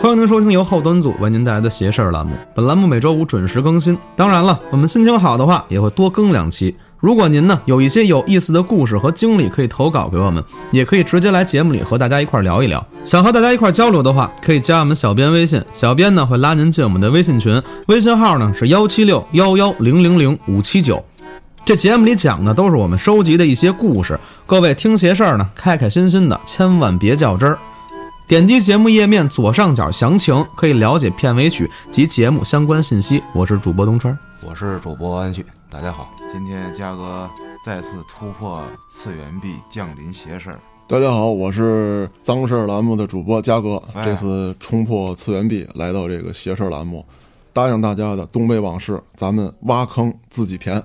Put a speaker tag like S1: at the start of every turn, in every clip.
S1: 欢迎您收听由后端组为您带来的“邪事儿”栏目，本栏目每周五准时更新。当然了，我们心情好的话也会多更两期。如果您呢有一些有意思的故事和经历，可以投稿给我们，也可以直接来节目里和大家一块儿聊一聊。想和大家一块儿交流的话，可以加我们小编微信，小编呢会拉您进我们的微信群，微信号呢是幺七六幺幺零零零五七九。这节目里讲的都是我们收集的一些故事，各位听邪事儿呢，开开心心的，千万别较真儿。点击节目页面左上角详情，可以了解片尾曲及节目相关信息。我是主播东川。
S2: 我是主播安旭，大家好。今天嘉哥再次突破次元壁，降临邪事儿。
S3: 大家好，我是脏事儿栏目的主播嘉哥，
S2: 哎
S3: 这次冲破次元壁来到这个邪事儿栏目，答应大家的东北往事，咱们挖坑自己填。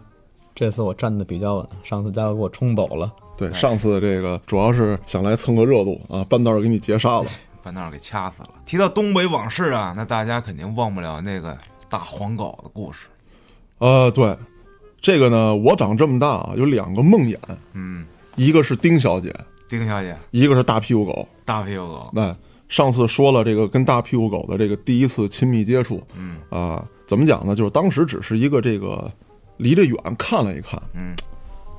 S4: 这次我站的比较稳，上次家伙给我冲走了。
S3: 对，上次这个主要是想来蹭个热度啊，半道儿给你截杀了。
S2: 把那儿给掐死了。提到东北往事啊，那大家肯定忘不了那个大黄狗的故事。
S3: 啊，对，这个呢，我长这么大啊，有两个梦魇，
S2: 嗯，
S3: 一个是丁小姐，
S2: 丁小姐，
S3: 一个是大屁股狗。
S2: 大屁股狗，
S3: 那上次说了这个跟大屁股狗的这个第一次亲密接触，
S2: 嗯
S3: 啊、怎么讲呢？就是当时只是一个这个离着远看了一看，
S2: 嗯，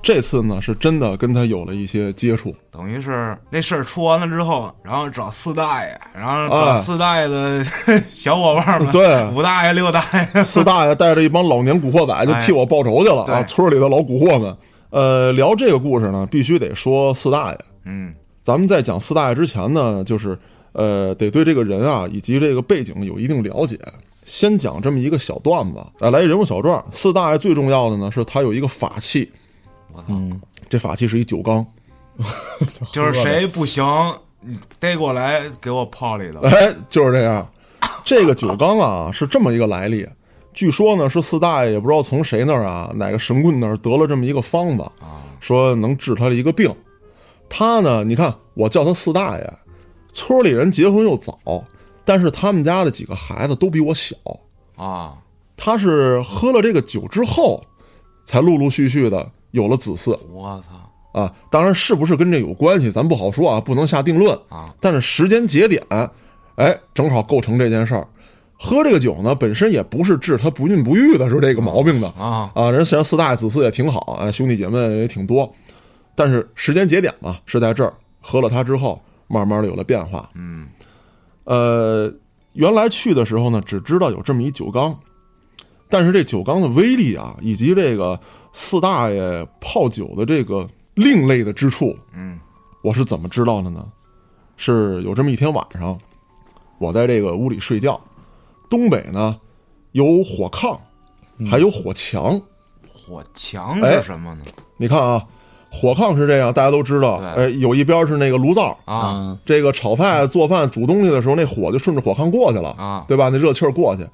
S3: 这次呢是真的跟他有了一些接 触，
S2: 等于是那事儿出完了之后，然后找四大爷，然后找
S3: 哎
S2: 四大爷的小伙伴们，
S3: 对
S2: 五大爷、六大 爷，
S3: 四大爷带着一帮老年古惑仔就替我报仇去了、
S2: 哎
S3: 啊！
S2: 对
S3: 村里的老古惑们，呃，聊这个故事呢，必须得说四大爷。
S2: 嗯，
S3: 咱们在讲四大爷之前呢，就是呃，得对这个人啊以及这个背景有一定了解。先讲这么一个小段子，啊，来一人物小传。四大爷最重要的呢是他有一个法器，啊
S2: 我操，
S3: 这法器是一酒缸，
S2: 就是谁不行，你逮过来给我泡里头。
S3: 哎，就是这样。这个酒缸啊是这么一个来历，据说呢是四大爷也不知道从谁那儿啊哪个神棍那儿得了这么一个方子，说能治他的一个病。他呢，你看我叫他四大爷，村里人结婚又早，但是他们家的几个孩子都比我小。
S2: 啊，
S3: 他是喝了这个酒之后，才陆陆续续的有了子嗣
S2: 我操，
S3: 啊。当然是不是跟这有关系，咱不好说啊，不能下定论
S2: 啊。
S3: 但是时间节点，哎，正好构成这件事儿。喝这个酒呢，本身也不是治他不孕不育的，是这个毛病的
S2: 啊
S3: 啊。人虽然四大爷子嗣也挺好，哎，兄弟姐妹也挺多，但是时间节点嘛是在这儿，喝了它之后，慢慢的有了变化。
S2: 嗯，
S3: 呃，原来去的时候呢，只知道有这么一酒缸，但是这酒缸的威力啊，以及这个四大爷泡酒的这个另类的之处，
S2: 嗯，
S3: 我是怎么知道的呢？是有这么一天晚上，我在这个屋里睡觉，东北呢有火炕，还有火墙。
S2: 火墙
S3: 哎
S2: 是什么呢？
S3: 你看啊，火炕是这样，大家都知道，
S2: 对
S3: 哎，有一边是那个炉灶，
S4: 哎
S2: 啊，
S4: 嗯
S3: 这个炒菜、做饭、煮东西的时候，那火就顺着火炕过去了
S2: 啊
S3: 对吧？那热气儿过去。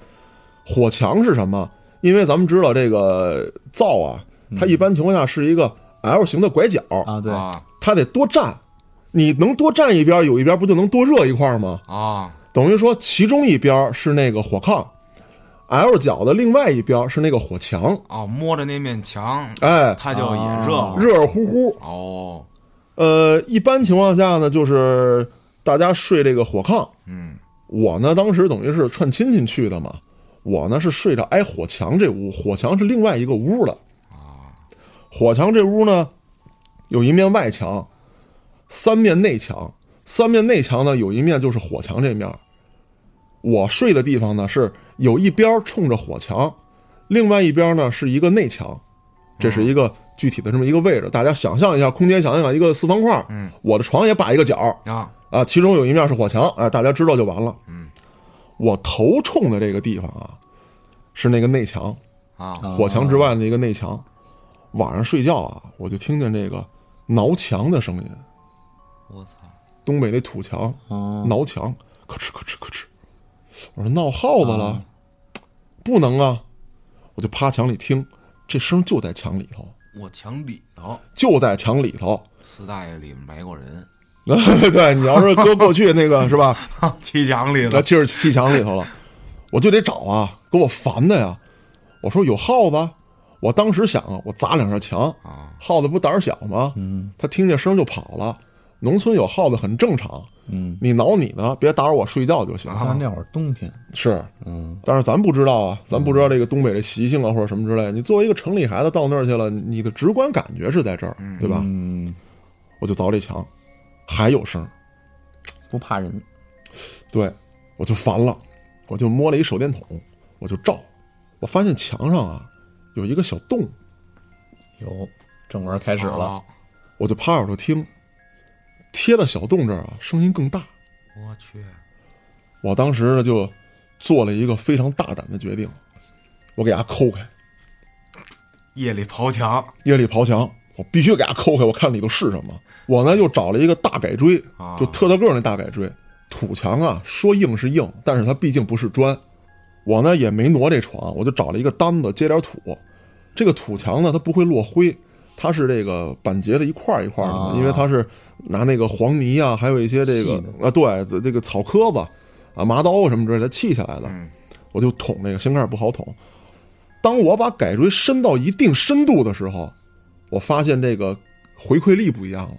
S3: 火墙是什么？因为咱们知道这个灶啊，它一般情况下是一个 L 型的拐角，
S4: 啊，对，
S2: 嗯啊
S3: 它得多站。你能多站一边，有一边不就能多热一块儿吗？
S2: 啊
S3: 等于说，其中一边是那个火炕，L 角的另外一边是那个火墙，
S2: 啊！摸着那面墙，
S3: 哎，
S2: 它就也热
S4: 啊
S2: 了。
S3: 热乎乎。
S2: 哦，
S3: 呃，一般情况下呢，就是大家睡这个火炕，
S2: 嗯
S3: 我呢，当时等于是串亲戚去的嘛，我呢是睡着挨火墙这屋，火墙是另外一个屋的。火墙这屋呢，有一面外墙，三面内墙，三面内墙呢有一面就是火墙这面。我睡的地方呢是有一边冲着火墙，另外一边呢是一个内墙，这是一个具体的这么一个位置。大家想象一下，空间想象一个四方块，
S2: 嗯，
S3: 我的床也把一个角，
S2: 啊，
S3: 啊，其中有一面是火墙，哎，大家知道就完了。
S2: 嗯，
S3: 我头冲的这个地方啊，是那个内墙，
S2: 啊
S4: 啊
S3: 火墙之外的一个内墙。晚上睡觉啊，我就听见这个挠墙的声音，
S2: 我操！
S3: 东北那土墙
S2: 啊
S4: 哦，
S3: 挠墙，咯吱咯吱咯吱。我说闹耗子了，
S2: 啊
S3: 不能啊！我就趴墙里听，这声就在墙里头，
S2: 我墙底头，
S3: 就在墙里头。
S2: 四大爷里埋过人，
S3: 对你要是搁过去那个是吧？
S2: 砌墙里头
S3: 那。气儿气墙里头了，我就得找啊，给我烦的呀！我说有耗子，我当时想啊，我砸两下墙
S2: 啊，
S3: 耗子不胆儿小吗？嗯，他听见声就跑了，农村有耗子很正常，
S4: 嗯，
S3: 你挠你的，别打扰我睡觉就行。啊
S4: 他们那会儿冬天，
S3: 是，
S4: 嗯，
S3: 但是咱不知道啊，咱不知道这个东北这习性啊，或者什么之类的。你作为一个城里孩子到那儿去了，你的直观感觉是在这儿，对吧？
S4: 嗯，
S3: 我就凿这墙，还有声儿，
S4: 不怕人，
S3: 对我就烦了，我就摸了一手电筒，我就照，我发现墙上啊有一个小洞，
S4: 有正文开始了，
S2: 好，
S3: 我就趴耳朵听，贴到小洞这儿啊，声音更大。
S2: 我去，
S3: 我当时呢就做了一个非常大胆的决定，我给它抠开，
S2: 夜里刨墙
S3: 夜里刨墙，我必须给它抠开，我看里头是什么。我呢又找了一个大改锥
S2: 啊，
S3: 就特大个儿那大改锥，土墙啊，说硬是硬，但是它毕竟不是砖。我呢也没挪这床，我就找了一个单子接点土。这个土墙呢，它不会落灰，它是这个板结的一块儿一块儿的嘛，
S4: 啊
S3: 因为它是拿那个黄泥啊，还有一些这个
S4: 细
S3: 啊，对，这这个草磕子啊、麻刀啊什么之类的砌起来的。
S2: 嗯
S3: 我就捅那个，先开始不好捅。当我把改锥伸到一定深度的时候，我发现这个回馈力不一样了，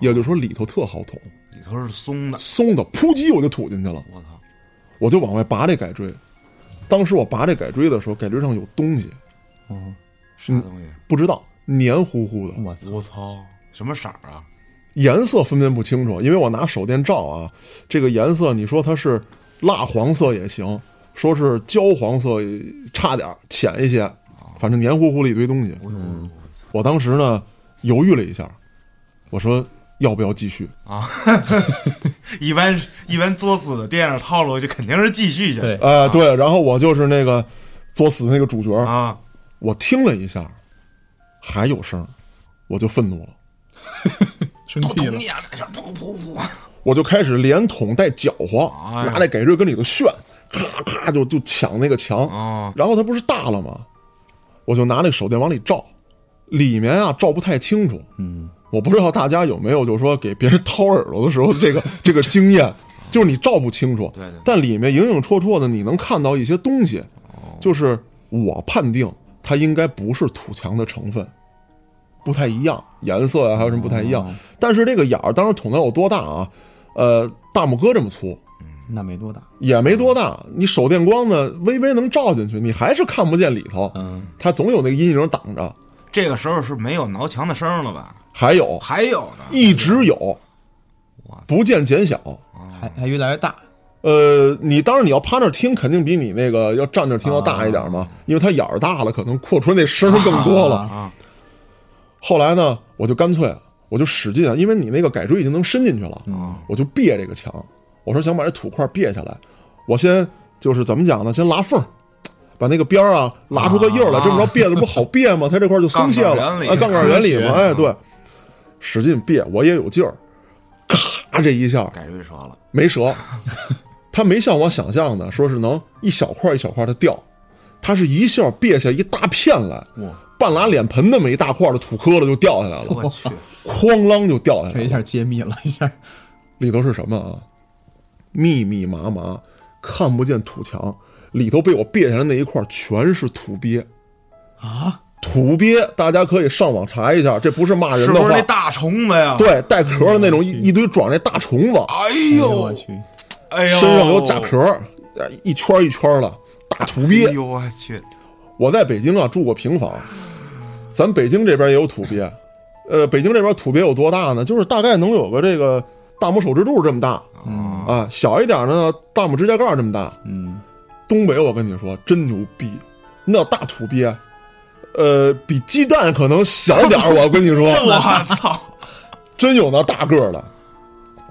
S3: 也就是说里头特好捅，
S2: 里头是松的，
S3: 松的扑叽我就吐进去了，
S2: 我操，
S3: 我就往外拔这改锥。当时我拔这改锥的时候，改锥上有东西，
S4: 嗯，
S2: 啥东西？
S3: 不知道黏糊糊的，
S4: 我操，
S2: 我操，什么色儿啊？
S3: 颜色分辨不清楚，因为我拿手电照啊，这个颜色你说它是蜡黄色也行，说是焦黄色也差点儿浅一些，
S2: 啊
S3: 反正黏糊糊的一堆东西。
S2: 我有
S3: 我当时呢犹豫了一下，我说要不要继续？
S2: 一般一般作死的电影套路就肯定是继续下去
S4: 对
S3: 哎、对，然后我就是那个作死的那个主角，
S2: 啊，
S3: 我听了一下，还有声儿，我就愤怒了，
S4: 生
S2: 多
S4: 气
S2: 捅
S4: 了
S2: 你，眼两下，噗噗噗，
S3: 我就开始连捅带搅
S2: 哎
S3: 和，
S2: 呀
S3: 拿那改锥跟里头炫，咔咔就就抢那个墙，
S4: 哦
S2: 啊
S3: 然后它不是大了吗？我就拿那个手电往里照，里面啊照不太清楚。嗯，我不知道大家有没有就是说给别人掏耳朵的时候这个 这个经验，就是你照不清楚，
S2: 哦对对对
S3: 但里面影影绰绰的你能看到一些东西，
S2: 哦
S3: 就是我判定它应该不是土墙的成分。不太一样，颜色啊呀、还有什么不太一样？
S2: 哦
S3: 但是这个眼儿当时捅的有多大啊？呃，大拇哥这么粗，
S4: 那没多大，
S3: 也没多大，你手电光呢微微能照进去，你还是看不见里头，
S4: 嗯，
S3: 它总有那个阴影挡着。
S2: 这个时候是没有挠墙的声儿了吧？
S3: 还有
S2: 还有呢，
S3: 一直有
S2: 哇，
S3: 不见减小。
S4: 还还越来越大，
S3: 呃，你当然你要趴那儿听，肯定比你那个要站那儿听要大一点嘛，因为它眼儿大了，可能扩出那声儿更多了。
S2: 啊
S3: 后来呢，我就干脆我就使劲啊，因为你那个改锥已经能伸进去了，
S2: 嗯
S3: 我就别这个墙，我说想把这土块别下来，我先就是怎么讲呢，先拉缝儿。把那个边儿啊拉出个印儿来，
S2: 啊
S3: 这么着别的不好别吗？它这块儿就松懈
S2: 杠杆
S3: 了，
S2: 原理
S3: 哎，杠杆原理嘛，
S4: 科
S3: 哎，对，使劲别，我也有劲儿，咔这一下
S2: 改瑞说了，
S3: 没折，它没像我想象的说是能一小块一小块的掉，它是一下别下一大片来，
S4: 哇，
S3: 半拉脸盆那么一大块的土疙瘩就掉下来了，
S2: 我去，
S3: 哐啷就掉下
S4: 这一
S3: 来了。
S4: 下揭秘了一下，
S3: 里头是什么啊？密密麻麻，看不见土墙，里头被我别下来那一块全是土鳖
S4: 啊！
S3: 土鳖，大家可以上网查一下，这不是骂人
S2: 是
S3: 的
S2: 不是
S3: 话
S2: 那，大嗯虫子呀？，
S3: 对，带壳的那种一一堆壮那大虫子，
S2: 哎
S4: 哎呦
S2: 呦
S4: 我，去，
S2: 哎呦，
S3: 身上有甲壳，呃一圈一圈的大土鳖
S2: 哎。呦我去，
S3: 我在北京啊住过平房，咱北京这边也有土鳖，呃，北京这边土鳖有多大呢？就是大概能有个这个大拇手指肚这么大
S4: 嗯
S3: 啊，小一点呢，大拇指甲盖这么大。
S4: 嗯，
S3: 东北我跟你说真牛逼，那大土鳖，呃，比鸡蛋可能小点儿，我跟你 说，
S2: 我操，
S3: 真有那大个儿的。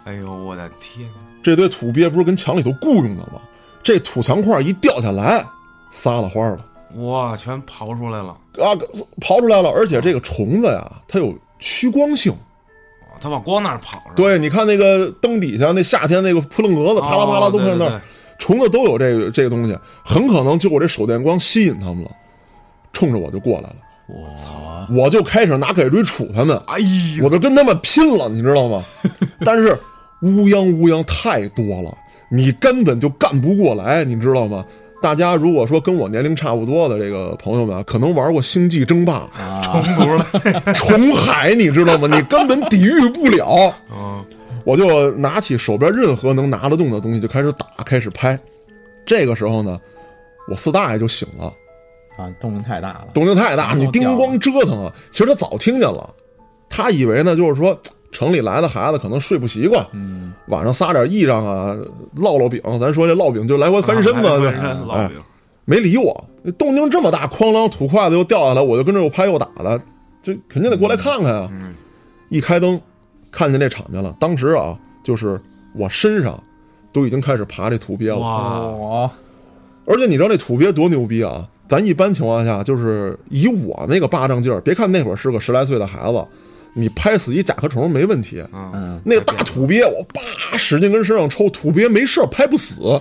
S2: 哎呦我的天，
S3: 这堆土鳖不是跟墙里头雇佣的吗？这土墙块一掉下来，撒了欢儿了。
S2: 哇，全刨出来了，
S3: 啊，刨出来了，而且这个虫子呀，它有趋光
S2: 嗯
S3: 性，
S2: 哇它往光那儿跑是吧，
S3: 对，你看那个灯底下那夏天那个扑棱蛾子，
S2: 哦
S3: 啪啦啪啦都在那
S2: 对对
S3: 儿，虫子都有这个这个东西，很可能就我这手电光吸引它们了，冲着我就过来了，
S4: 我操，
S3: 我就开始拿改锥杵它们，
S2: 哎呦，
S3: 我就跟它们拼了，你知道吗？但是乌泱乌泱太多了，你根本就干不过来，你知道吗？大家如果说跟我年龄差不多的这个朋友们啊，可能玩过《星际争 霸》
S2: 虫族了，
S3: 虫海，你知道吗？你根本抵御不了。
S2: 嗯，
S3: 我就拿起手边任何能拿得动的东西，就开始打，开始拍。这个时候呢，我四大爷就醒了，
S4: 啊，动静太大了，
S3: 动静太大，
S4: 哦
S3: 你叮咣折腾啊！其实他早听见了，他以为呢，就是说城里来的孩子可能睡不习惯，
S4: 嗯，
S3: 晚上撒点衣裳啊，烙烙饼，咱说这烙饼就来回翻身嘛，
S2: 啊翻
S3: 对哎
S2: 身烙饼，
S3: 没理我。动静这么大，哐啷土筷子又掉下来，我就跟着又拍又打的，这肯定得过来看看啊！
S2: 嗯，
S3: 一开灯，看见这场面了，当时啊，就是我身上都已经开始爬这土鳖了。
S2: 哇，
S4: 我
S3: 而且你知道那土鳖多牛逼啊！咱一般情况下就是以我那个巴掌劲儿，别看那会儿是个十来岁的孩子，你拍死一甲壳虫没问题。
S2: 嗯，
S4: 嗯，
S3: 那个大土鳖，我叭使劲跟身上抽，土鳖没事儿拍不死。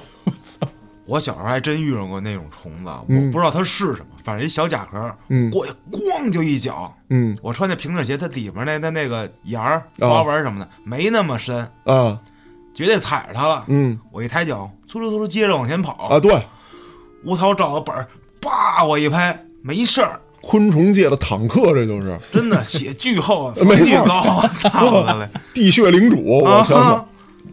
S2: 我小时候还真遇上过那种虫子，我
S3: 嗯
S2: 不知道它是什么，反正一小甲壳，
S3: 嗯
S2: 过去咣就一脚。
S3: 嗯
S2: 我穿那平底鞋，它里面那它那个沿儿、
S3: 哦
S2: 花纹什么的、没那么深，
S3: 啊
S2: 绝对踩着它了。
S3: 嗯
S2: 我一抬脚，突突突突接着往前跑。
S3: 啊，对，
S2: 吴涛找个本儿，叭我一拍，没事儿，
S3: 昆虫界的坦克，这就是
S2: 真 的血巨厚啊，
S3: 没
S2: 飞巨
S3: 错
S2: 高啊， 操他嘞！
S3: 地穴领主。我天哪！
S2: 啊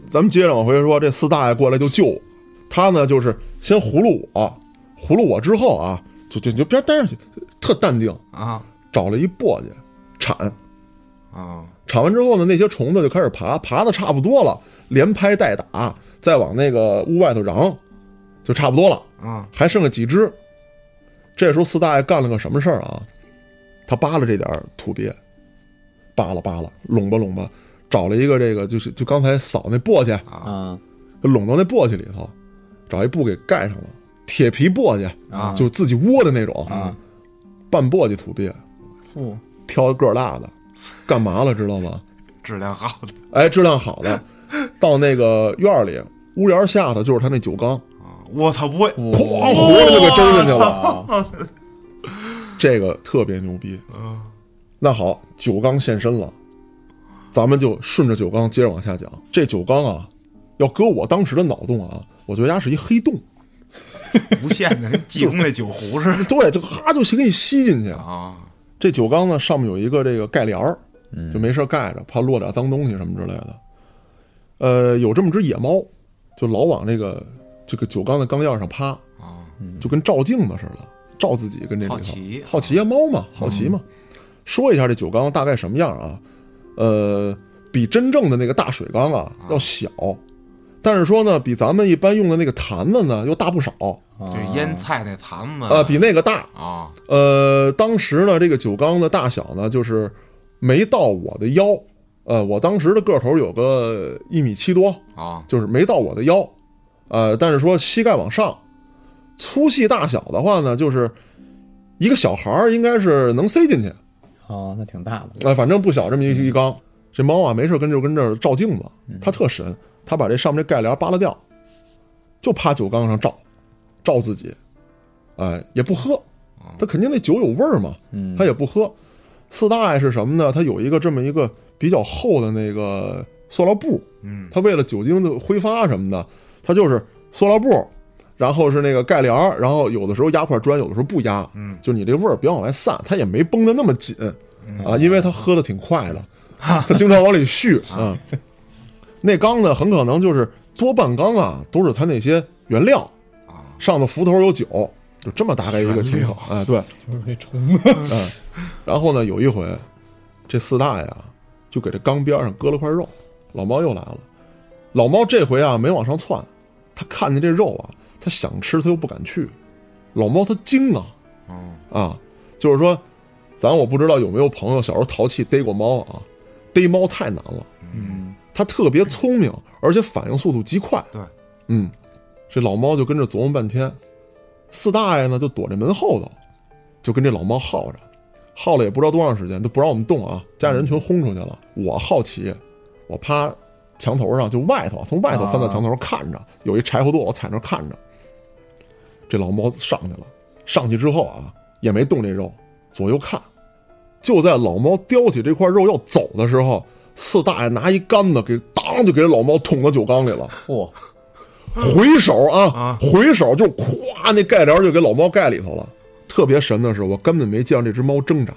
S3: 咱们接着往回说，这四大爷过来就救我，他呢就是先葫芦我，葫芦我之后啊，就就就别待上去，特淡定，
S2: 啊
S3: 找了一簸箕铲。
S2: 啊！
S3: 铲完之后呢，那些虫子就开始爬，爬的差不多了，连拍带打，再往那个屋外头嚷，就差不多了，
S2: 啊
S3: 还剩下几只。这时候四大爷干了个什么事儿啊？他扒拉这点儿土鳖，扒拉扒拉，拢吧拢吧，找了一个这个就是就刚才扫那簸箕，
S4: 嗯
S3: 就拢到那簸箕里头，找一布给盖上了，铁皮簸箕
S2: 啊
S3: 就自己窝的那种，
S4: 啊，
S3: 半簸箕土鳖，
S4: 不，
S3: 挑个儿大的，干嘛了知道吗？
S2: 质量好的
S3: 哎，质量好的，到那个院儿里，屋檐下头就是他那酒缸，
S2: 啊！我操，不会
S3: 哐，活着就给周进去了，
S4: 啊，
S3: 这个特别牛逼。
S2: 嗯
S3: 那好，酒缸现身了，咱们就顺着酒缸接着往下讲。这酒缸啊，要搁我当时的脑洞啊，我觉得它是一黑洞，
S2: 无限 的，跟济公那酒壶似的
S3: 对，就哈就给你吸进去。
S2: 啊！
S3: 这酒缸呢，上面有一个这个盖帘儿，
S2: 嗯
S3: 就没事儿盖着，怕落点脏东西什么之类的。呃，有这么只野猫，就老往这个这个酒缸的缸沿上趴，
S2: 啊，
S3: 就跟照镜子似的，照自己跟这里头
S2: 好奇嗯
S3: 好奇呀，啊猫嘛，好奇嘛。说一下这酒缸大概什么样啊？呃，比真正的那个大水缸啊要小，但是说呢，比咱们一般用的那个坛子呢又大不少，
S2: 就是腌菜那坛子
S3: 呃，啊比那个大。
S2: 啊
S3: 呃，当时呢，这个酒缸的大小呢，就是没到我的腰，呃，我当时的个头有个一米七多，
S2: 啊
S3: 就是没到我的腰，呃，但是说膝盖往上，粗细大小的话呢，就是一个小孩儿应该是能塞进去，
S4: 哦，那挺大的，
S3: 哎、反正不小，这么一一缸。这猫啊，没事跟就跟这儿照镜子，
S2: 嗯
S3: 它特神，它把这上面这盖帘扒拉掉，就趴酒缸上照，照自己，哎、也不喝，
S2: 哦
S3: 它肯定那酒有味儿嘛，
S4: 嗯，
S3: 它也不喝。四大爷是什么呢？它有一个这么一个比较厚的那个塑料布，
S2: 嗯
S3: 他为了酒精的挥发什么的，他就是塑料布，然后是那个盖帘儿，然后有的时候压块砖，有的时候不压，
S2: 嗯，
S3: 就你这味儿别往外散，他也没绷得那么紧啊，因为他喝的挺快的，他经常往里续啊。那缸呢，很可能就是多半缸啊，都是他那些原料，
S2: 啊
S3: 上头浮头有酒，就这么大概一个情况啊，对。
S4: 就
S3: 嗯
S4: 是这虫子，
S3: 然后呢，有一回，这四大爷啊，就给这缸边上割了块肉，老猫又来了。老猫这回啊没往上窜，它看见这肉啊，它想吃，它又不敢去。老猫它精啊
S4: 哦
S2: 嗯
S3: 啊，就是说，咱我不知道有没有朋友小时候淘气逮过猫啊，逮猫太难了，
S2: 嗯，
S3: 它特别聪明，而且反应速度极快。
S2: 对，
S3: 嗯，这老猫就跟着琢磨半天，四大爷呢就躲在门后头，就跟这老猫耗着，耗了也不知道多长时间，都不让我们动啊，家人全轰出去了。我好奇，我趴墙头上，就外头从外头翻到墙头上看着，有一柴火垛，我踩那儿看着。这老猫上去了，上去之后啊，也没动这肉，左右看。就在老猫叼起这块肉要走的时候，四大爷拿一杆子给当就给老猫捅到酒缸里了。
S4: 嚯，
S3: 回手啊，回手就咵，那盖帘就给老猫盖里头了。特别神的是，我根本没见着这只猫挣扎。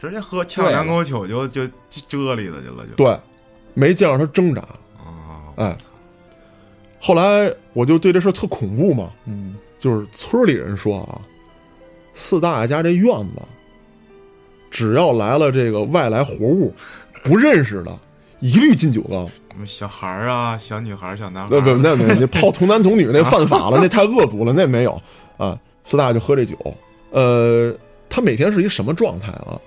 S2: 直接喝呛两口酒就就就啫喱了去了就
S3: 对，没见着他挣扎。
S2: 啊，
S3: 哎，后来我就对这事儿特恐怖嘛，
S4: 嗯，
S3: 就是村里人说啊，四大爷家这院子，只要来了这个外来活物，不认识的，一律进酒缸。
S2: 什么嗯小孩儿啊，小女孩儿、小男孩
S3: 那
S2: 儿，
S3: 不那没，你泡童男童女那犯法了，那太恶毒了，那没有啊。四大就喝这酒，呃，他每天是一什么状态啊？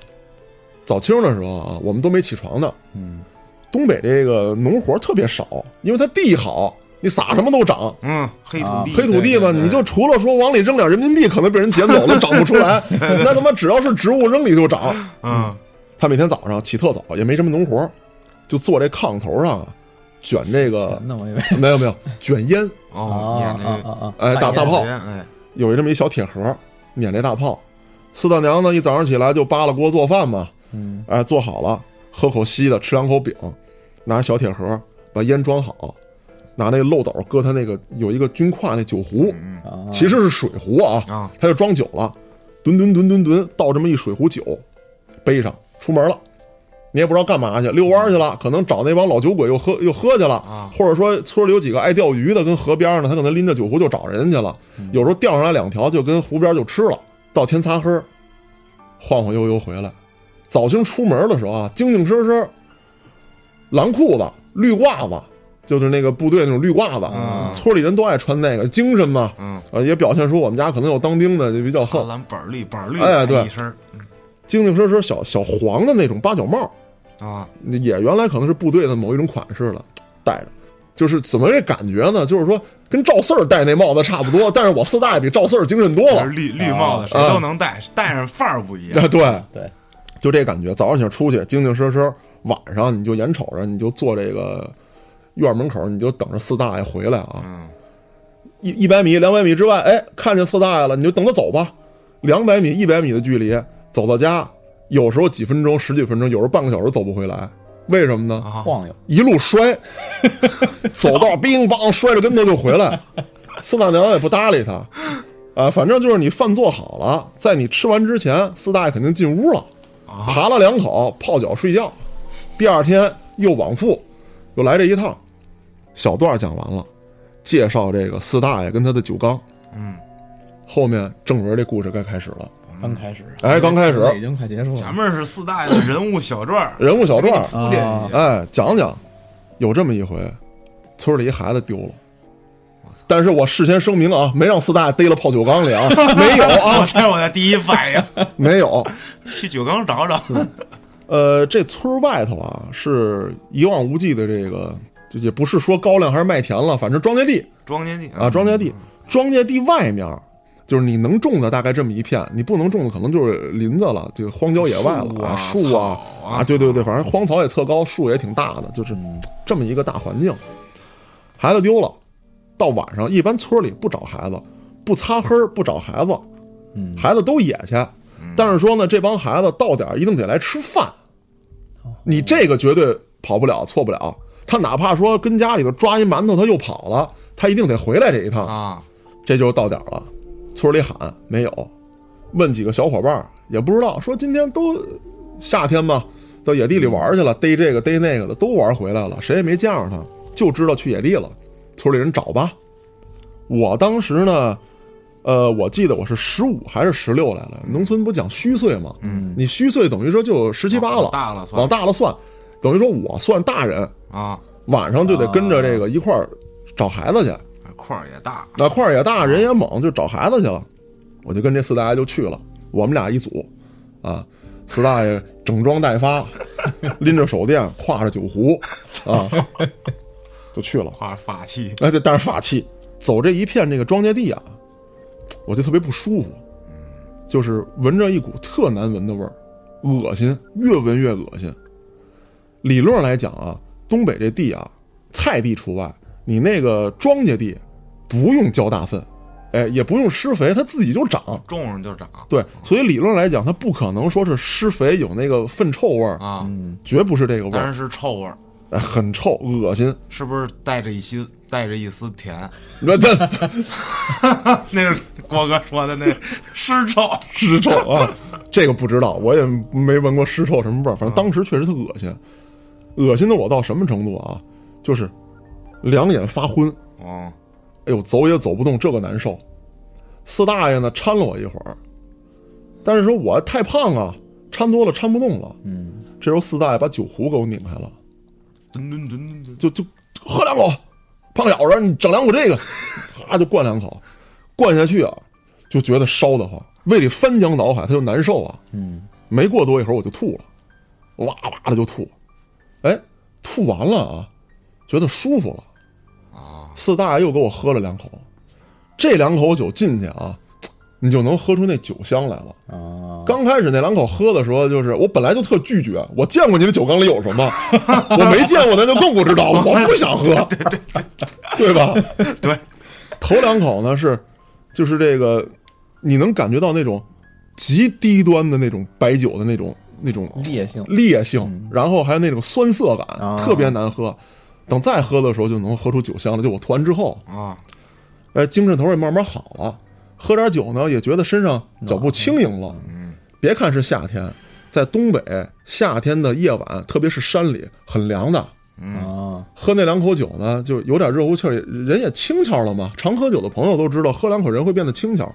S3: 早清的时候啊，我们都没起床呢。嗯，东北这个农活特别少，因为它地好，你撒什么都长。
S2: 嗯，黑
S4: 啊
S2: 土地，
S3: 黑土地嘛，
S2: 对对对
S3: 你就除了说往里扔点人民币，可能被人捡走了，长不 出来。那他妈只要是植物扔里就长。
S2: 嗯，
S3: 他每天早上起特早，也没什么农活，就坐这炕头上啊，卷这个
S4: 那我以为
S3: 没有没有卷烟，
S2: 哦，你看那个
S4: 啊
S3: 哎，大大炮
S2: 烟，哎，
S3: 有这么一小铁盒，捻这大炮。四大娘呢，一早上起来就扒拉锅做饭嘛，
S4: 嗯，
S3: 哎，做好了，喝口稀的，吃两口饼，拿小铁盒把烟装好，拿那漏斗搁他那个有一个军挎那酒壶，
S2: 嗯
S4: 啊，
S3: 其实是水壶啊，
S2: 啊，
S3: 他就装酒了，吨吨吨吨吨倒这么一水壶酒，背上出门了。你也不知道干嘛去，遛弯去了，可能找那帮老酒鬼又喝又喝去了，
S2: 啊
S3: 或者说村里有几个爱钓鱼的，跟河边呢，他可能拎着酒壶就找人去了，
S2: 嗯
S3: 有时候钓上来两条就跟湖边就吃了，到天擦黑儿，晃晃悠悠回来。早清出门的时候啊，精精神神，蓝裤子、绿褂子，就是那个部队那种绿褂子，
S2: 嗯
S3: 村里人都爱穿那个，精神嘛，
S2: 嗯，
S3: 呃，也表现出我们家可能有当兵的，就比较
S2: 荷
S3: 横，
S2: 兰板儿绿，板儿绿，
S3: 哎对
S2: 一身儿
S3: 精精神神小小黄的那种八角帽，
S2: 啊，
S3: 也原来可能是部队的某一种款式了，戴着，就是怎么这感觉呢？就是说跟赵四儿戴那帽子差不多，但是我四大爷比赵四儿精神多
S2: 就是
S3: 了。
S2: 绿绿帽子，谁都能戴，戴上范儿不一样
S3: 啊， 对，
S4: 对，
S3: 就这感觉，早上想出去精精神神，晚上你就眼瞅着你就坐这个院门口，你就等着四大爷回来啊。
S2: 嗯
S3: 一一百米、两百米之外，哎，看见四大爷了，你就等他走吧。两百米、一百米的距离走到家，有时候几分钟、十几分钟，有时候半个小时走不回来，为什么呢？
S2: 啊，
S4: 晃悠，
S3: 一路摔，走道冰梆摔着跟头就回来，四大娘也不搭理他，啊，反正就是你饭做好了，在你吃完之前，四大爷肯定进屋了，爬了两口，泡脚睡觉，第二天又往复，又来这一趟，小段讲完了，介绍这个四大爷跟他的酒缸，
S2: 嗯，
S3: 后面正文这故事该开始了，
S4: 刚开始，
S3: 哎，刚开始
S4: 已经快结束
S2: 前
S4: 了，
S2: 面是四大爷的人物小传儿，
S3: 人物小传，
S2: 铺垫一下，
S3: 哎，讲讲，有这么一回，村里一孩子丢了。但是我事先声明啊，没让四大爷逮了泡酒缸 里啊，没有啊
S2: 我，这是我的第一反应，
S3: 没有。
S2: 去酒缸找找，
S3: 呃，这村外头啊是一望无际的这个，就也不是说高粱还是麦田了，反正庄稼地
S2: 庄稼地
S3: 啊，庄稼
S2: 嗯
S3: 地，庄稼地外面就是你能种的大概这么一片，你不能种的可能就是林子了，就荒郊野外了啊，
S2: 树
S3: 树
S2: 啊
S3: 啊
S2: 草啊
S3: 啊，对对对，反正荒草也特高，树也挺大的，就是这么一个大环境。孩子丢了，到晚上一般村里不找孩子，不擦黑儿不找孩子，
S4: 嗯
S3: 孩子都野去。但是说呢，这帮孩子到点儿一定得来吃饭，你这个绝对跑不了，错不了。他哪怕说跟家里头抓一馒头，他又跑了，他一定得回来这一趟。
S2: 啊，
S3: 这就是到点儿了。村里喊没有，问几个小伙伴儿也不知道，说今天都夏天嘛，到野地里玩
S2: 嗯
S3: 去了，逮这个逮那个的都玩回来了，谁也没见着他，就知道去野地了。村里人找吧。我当时呢，呃，我记得我是十五还是十六来了，农村不讲虚岁嘛，
S2: 嗯，
S3: 你虚岁等于说就十七八了，
S2: 往大了算
S3: 往大了算，等于说我算大人，
S2: 啊，
S3: 晚上就得跟着这个一块儿找孩子去。
S2: 块儿也大，
S3: 那块儿也大，人也猛，就找孩子去了。我就跟这四大爷就去了，我们俩一组，啊，四大爷整装待发， 拎着手电，挎着酒壶， 啊，就去了。
S2: 块儿法器，
S3: 哎，对，但是法器，走这一片这个庄稼地啊，我就特别不舒服，就是闻着一股特难闻的味儿，恶心，越闻越恶心。理论上来讲啊，东北这地啊，菜地除外，你那个庄稼地不用浇大粪，哎，也不用施肥，它自己就长。
S2: 种上就长
S3: 对，所以理论上来讲，它不可能说是施肥有那个粪臭味儿，
S2: 啊，
S4: 嗯
S3: 绝不是这个味
S2: 当
S3: 儿
S2: 然，是臭味儿，
S3: 哎很臭，恶心。
S2: 是不是带着一丝带着一丝甜？
S3: 你说这。
S2: 那是郭哥说的那尸臭，
S3: 尸臭 啊，这个不知道，我也没闻过尸臭什么味儿，反正当时确实特恶心。恶心的我到什么程度啊？就是两眼发昏，
S2: 哦，
S3: 哎呦，走也走不动，这个难受。四大爷呢搀了我一会儿，但是说我太胖啊，搀多了搀不动了。
S4: 嗯，
S3: 这时候四大爷把酒壶给我拧开了，
S2: 吨吨吨吨
S4: 嗯
S2: 吨，
S3: 就就喝两口，胖小子，你整两口这个，哈就灌两口，灌下去啊，就觉得烧得慌，胃里翻江倒海，他就难受啊。
S4: 嗯，
S3: 没过多一会儿我就吐了，哇哇的就吐，哎，吐完了啊，觉得舒服了。
S2: 啊，
S3: 四大爷又给我喝了两口，这两口酒进去啊，你就能喝出那酒香来了。
S4: 啊，
S3: 刚开始那两口喝的时候，就是我本来就特拒绝，我见过你的酒缸里有什么，我没见过那就更不知道，我不想喝，对对对，对吧？
S2: 对，
S3: 头两口呢是，就是这个，你能感觉到那种极低端的那种白酒的那种那种
S4: 烈性
S3: 烈性，然后还有那种酸涩感，
S4: 啊
S3: 特别难喝。等再喝的时候就能喝出酒香了。就我吐完之后，
S2: 啊，
S3: 哎，精神头也慢慢好了，喝点酒呢也觉得身上脚步轻盈了。
S2: 嗯，
S3: 别看是夏天，在东北夏天的夜晚，特别是山里很凉的，
S4: 啊，
S3: 喝那两口酒呢，就有点热乎气儿，人也轻巧了嘛。常喝酒的朋友都知道，喝两口人会变得轻巧，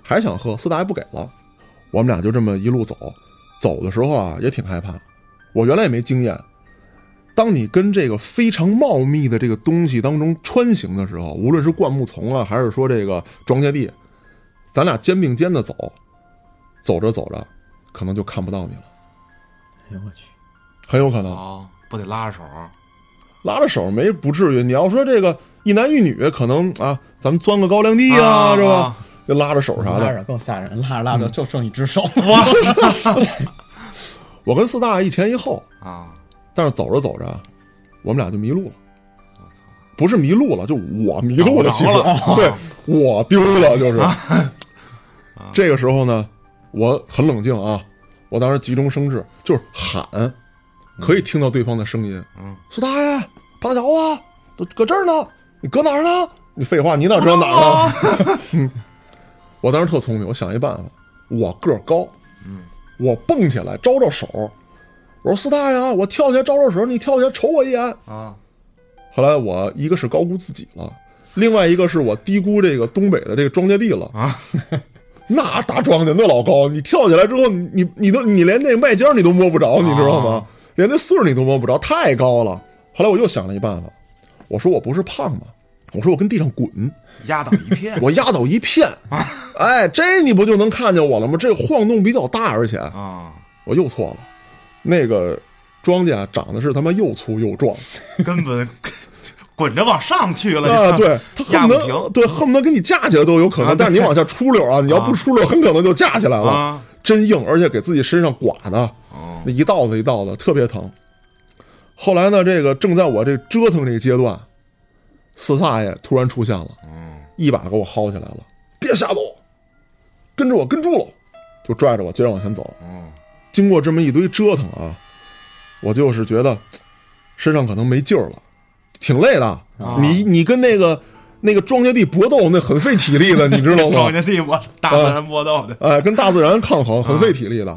S3: 还想喝，四大爷不给了。我们俩就这么一路走，走的时候啊也挺害怕。我原来也没经验，当你跟这个非常茂密的这个东西当中穿行的时候，无论是灌木丛啊，还是说这个庄稼地，咱俩肩并肩的走，走着走着，可能就看不到你了，
S4: 哎呦我去，
S3: 很有可能。
S2: 啊，不得拉着手，啊
S3: 拉着手没不至于。你要说这个一男一女，可能啊，咱们钻个高粱地呀、
S2: 啊
S3: 是吧？
S2: 啊
S3: 就拉着手啥
S4: 拉
S3: 的。
S4: 着更吓人，拉着拉着就剩一只手了，
S3: 我跟四大爷一前一后，
S2: 啊，
S3: 但是走着走着，我们俩就迷路了。不是迷路了，就我迷路了，其实
S2: 找不 着了啊
S3: 对我丢了，就是。这个时候呢，我很冷静啊，我当时急中生智，就是喊，可以听到对方的声音。
S2: 嗯，
S3: 苏大爷，八大桥啊，都搁这儿呢，你搁哪儿呢？你废话，你哪知道哪儿呢？ 嗯，
S2: 啊
S3: 我当时特聪明，我想一办法，我个儿高，嗯，我蹦起来招招手，我说苏大爷啊，我跳起来招招手，你跳起来瞅我一眼。
S2: 啊，
S3: 后来我一个是高估自己了，另外一个是我低估这个东北的这个庄稼地了
S2: 啊。
S3: 那大庄稼那老高，你跳起来之后，你你你都你连那麦尖儿你都摸不着，你知道吗？连那穗儿你都摸不着，太高了。后来我又想了一办法，我说我不是胖吗？我说我跟地上滚，
S2: 压倒一片
S3: 我压倒一片，哎，这你不就能看见我了吗？这晃动比较大，而且
S2: 啊，
S3: 我又错了，那个庄稼长得是他妈又粗又 壮，
S2: 根本滚着往上去了，
S3: 啊，对他
S2: 压
S3: 恨
S2: 不
S3: 不
S2: 平
S3: 得对恨不得给你架起来都有可能，
S2: 啊
S3: 但是你往下出溜啊，你要不出溜，很可能就架起来了
S2: 啊，
S3: 真硬，而且给自己身上刮的
S2: 哦
S3: 那一道子一道子，特别疼。后来呢，这个正在我这折腾这个阶段，四大爷突然出现了，
S2: 嗯，
S3: 一把给我薅起来了，别瞎走，跟着我跟住了，就拽着我接着往前走。
S2: 嗯，
S3: 经过这么一堆折腾啊，我就是觉得身上可能没劲儿了，挺累的。你你跟那个那个庄稼地搏斗，那很费体力的，你知道
S2: 庄
S3: 吗？
S2: 稼地我啊大自然搏斗的，
S3: 哎，跟大自然抗衡，很费体力的。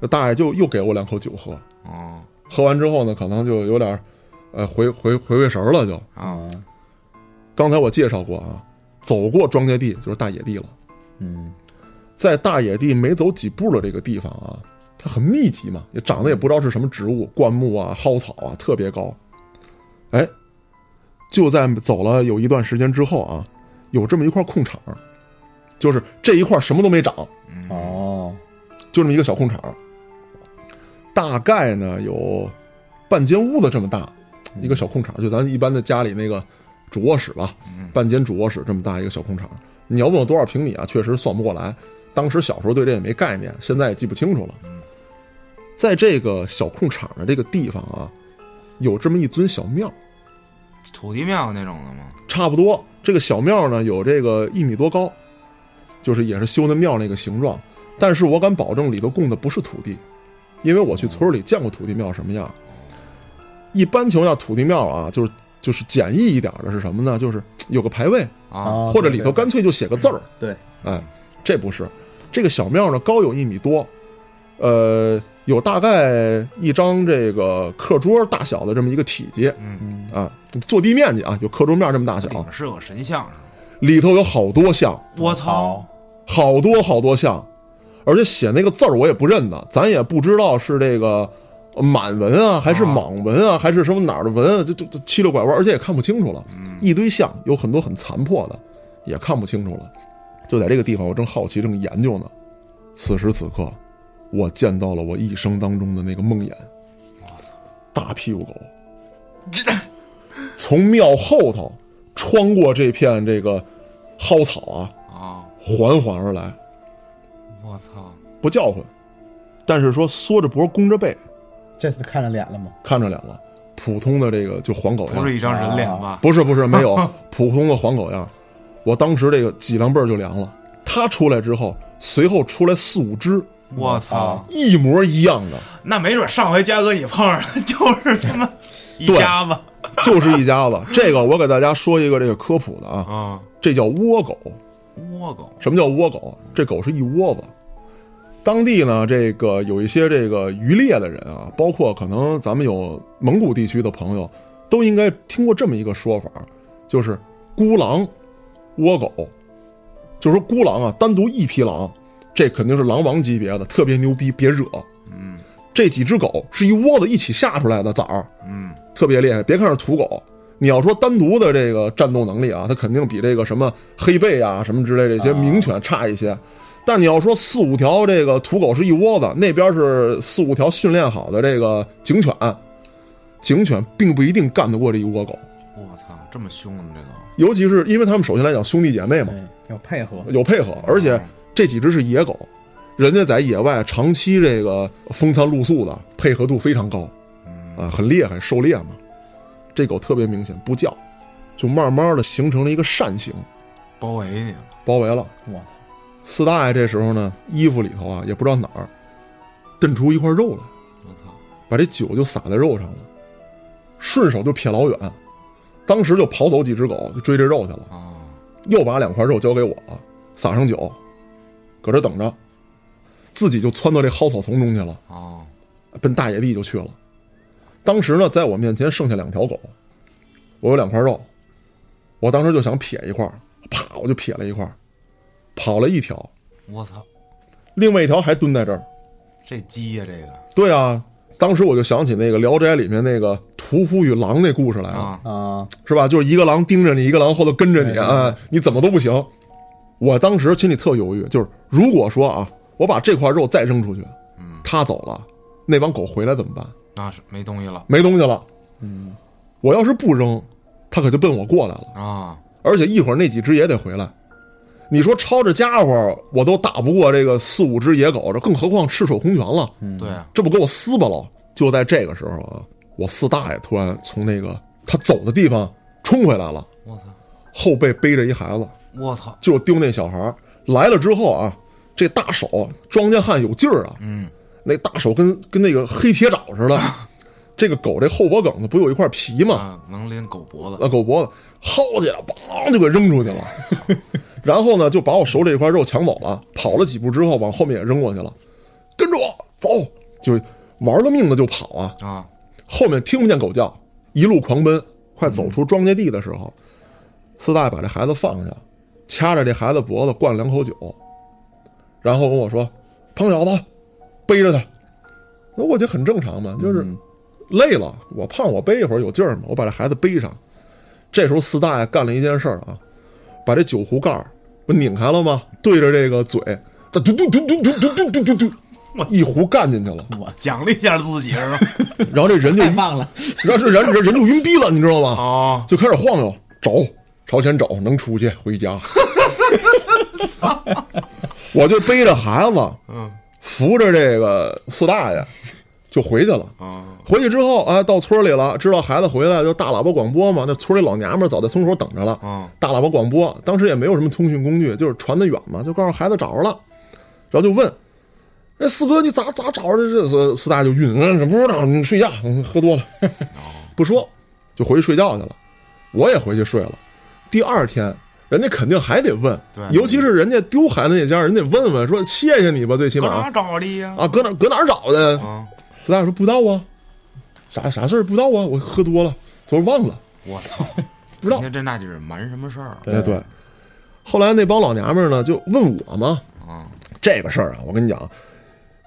S3: 那大爷就又给我两口酒喝，
S2: 哦，
S3: 喝完之后呢，可能就有点儿，呃，回回回味神儿了就。
S4: 啊，
S3: 刚才我介绍过啊，走过庄稼地就是大野地了。
S4: 嗯，
S3: 在大野地没走几步的这个地方啊，它很密集嘛，也长得也不知道是什么植物，灌木啊、蒿草啊，特别高。哎，就在走了有一段时间之后啊，有这么一块空场，就是这一块什么都没长，
S4: 哦，
S3: 就这么一个小空场，大概呢有半间屋子这么大，一个小空场，就咱一般的家里那个主卧室吧，半间主卧室这么大一个小空场。你要问我多少平米啊，确实算不过来。当时小时候对这也没概念，现在也记不清楚了。在这个小空场的这个地方啊，有这么一尊小庙，
S2: 土地庙那种的吗？
S3: 差不多。这个小庙呢，有这个一米多高，就是也是修那庙那个形状。但是我敢保证里头供的不是土地，因为我去村里见过土地庙什么样。一般情况下，土地庙啊，就是就是简易一点的是什么呢？就是有个牌位，
S2: 啊，
S3: 或者里头干脆就写个字儿。
S4: 对，
S3: 哎，这不是这个小庙呢，高有一米多，呃，有大概一张这个课桌大小的这么一个体积
S2: 嗯，
S3: 啊，坐地面积啊，有课桌面这么大小
S2: 里，面是个神像是吗？
S3: 里头有好多像，
S2: 我操！
S3: 好多好多像，而且写那个字儿我也不认得，咱也不知道是这个满文啊，还是莽文啊，还是什么哪儿的文啊，就就就七六拐弯，而且也看不清楚了，一堆像，有很多很残破的，也看不清楚了。就在这个地方，我正好奇，正研究呢。此时此刻，我见到了我一生当中的那个梦魇，大屁股狗，从庙后头穿过这片这个蒿草啊，
S2: 啊，
S3: 缓缓而来。
S2: 我操！
S3: 不叫唤，但是说缩着脖弓着背，
S5: 这次看着脸了吗？
S3: 看着脸了。普通的这个就黄狗样，
S2: 不是一张人脸吧？
S3: 不是不是没 有普通的黄狗样。我当时这个脊梁背儿就凉了。它出来之后，随后出来四五只
S2: 我操！
S3: 一模一样的，
S2: 那没准上回嘉哥你碰上了 就是他妈一
S3: 对
S2: 家子
S3: 就是一家子。这个我给大家说一个这个科普的啊，
S2: 啊，
S3: 这叫窝狗。
S2: 窝狗
S3: 什么叫窝狗？这狗是一窝子。当地呢，这个有一些这个渔猎的人啊，包括可能咱们有蒙古地区的朋友，都应该听过这么一个说法，就是孤狼、窝狗。就是说孤狼啊，单独一匹狼，这肯定是狼王级别的，特别牛逼，别惹。嗯，这几只狗是一窝子一起下出来的崽儿，
S2: 嗯，
S3: 特别厉害。别看是土狗，你要说单独的这个战斗能力啊，它肯定比这个什么黑背啊、什么之类这些名犬差一些。但你要说四五条这个土狗是一窝子，那边是四五条训练好的这个警犬，警犬并不一定干得过这一窝狗，
S2: 我操，这么凶的这个
S3: 尤其是因为他们首先来讲兄弟姐妹嘛，
S5: 对，要配合。
S3: 有配合，而且这几只是野狗，人家在野外长期这个风餐露宿的，配合度非常高，啊，很厉害，狩猎嘛。这狗特别明显不叫，就慢慢的形成了一个扇形，
S2: 包围你了，
S3: 包围了。
S5: 我操！
S3: 四大爷这时候呢，衣服里头啊也不知道哪儿，瞪出一块肉来，
S2: 我操！
S3: 把这酒就洒在肉上了，顺手就撇老远，当时就跑走几只狗，就追这肉去了。
S2: 啊，
S3: 又把两块肉交给我了，撒上酒，搁这等着，自己就窜到这蒿草丛中去了，
S2: 哦，
S3: 奔大野地就去了。当时呢，在我面前剩下两条狗，我有两块肉，我当时就想撇一块儿，啪，我就撇了一块儿，跑了一条，
S2: 我操，
S3: 另外一条还蹲在这儿。
S2: 这鸡呀，这个
S3: 对啊，当时我就想起那个《聊斋》里面那个屠夫与狼那故事来了。
S2: 啊，
S5: 啊，
S3: 是吧？就是一个狼盯着你，一个狼后头跟着
S5: 对
S3: 你
S5: 对
S3: 啊，你怎么都不行。我当时心里特犹豫，就是如果说啊，我把这块肉再扔出去，
S5: 嗯
S3: 他走了，那帮狗回来怎么办？
S2: 那是没东西了
S3: 没东西了。嗯，我要是不扔，它可就奔我过来了，
S2: 啊，
S3: 而且一会儿那几只也得回来。你说抄着家伙，我都打不过这个四五只野狗，这更何况赤手空拳了。
S5: 嗯
S2: 对啊，
S3: 这不给我撕巴了？就在这个时候啊，我四大爷突然从那个他走的地方冲回来了。
S2: 我操，
S3: 后背背着一孩子，
S2: 我 操，
S3: 就是丢那小孩儿来了之后啊，这大手庄稼汉有劲儿啊，
S2: 嗯，
S3: 那大手跟跟那个黑铁爪似的。这个狗这后脖梗子不有一块皮吗？
S2: 啊，能拎狗脖子
S3: 那狗脖子薅起来，梆就给扔出去 了。然后呢，就把我手里这块肉抢走了，跑了几步之后往后面也扔过去了，跟着我走，就玩了命的就跑啊。
S2: 啊，
S3: 后面听不见狗叫，一路狂奔，快走出庄稼地的时候，四大爷把这孩子放下，掐着这孩子脖子灌了两口酒，然后跟我说：“胖小子，背着他。”那我觉得很正常嘛，就是累了，我胖，我背一会儿有劲儿嘛，我把这孩子背上。这时候四大爷干了一件事儿啊，把这酒壶盖儿不拧开了吗？对着这个嘴，他嘟嘟嘟嘟嘟嘟嘟嘟嘟嘟，一壶干进去了，
S2: 奖励一下自己是吧？
S3: 然后这人就
S5: 太棒了！
S3: 然后这人人人就晕逼了，你知道吗？
S2: 哦，
S3: 就开始晃悠，找朝前找，能出去 回家。我就背着孩子，
S2: 嗯，
S3: 扶着这个四大爷就回去了。
S2: 啊，
S3: 回去之后啊，到村里了，知道孩子回来就大喇叭广播嘛。那村里老娘们儿早在村口等着了，
S2: 嗯
S3: 大喇叭广播，当时也没有什么通讯工具，就是传的远嘛，就告诉孩子找着了，然后就问。哎，四哥，你咋咋找着的这四四大就晕，嗯，不知道，你睡觉，嗯，喝多了，
S2: 哦
S3: 不说，就回去睡觉去了。我也回去睡了。第二天，人家肯定还得问
S2: 对，
S3: 尤其是人家丢孩子那家，人得问问说谢谢你吧，最起
S2: 搁哪
S3: 码
S2: 儿找的呀？
S3: 啊，搁哪搁哪儿找的？
S2: 啊，
S3: 孙大爷说不知道啊，啥啥事儿不知道啊，我喝多了，昨儿忘了，
S2: 我操！
S3: 不知道
S2: 人家这那就是瞒什么事儿？啊
S3: 哎对。后来那帮老娘们儿呢就问我嘛，
S2: 啊，
S3: 这个事儿啊，我跟你讲，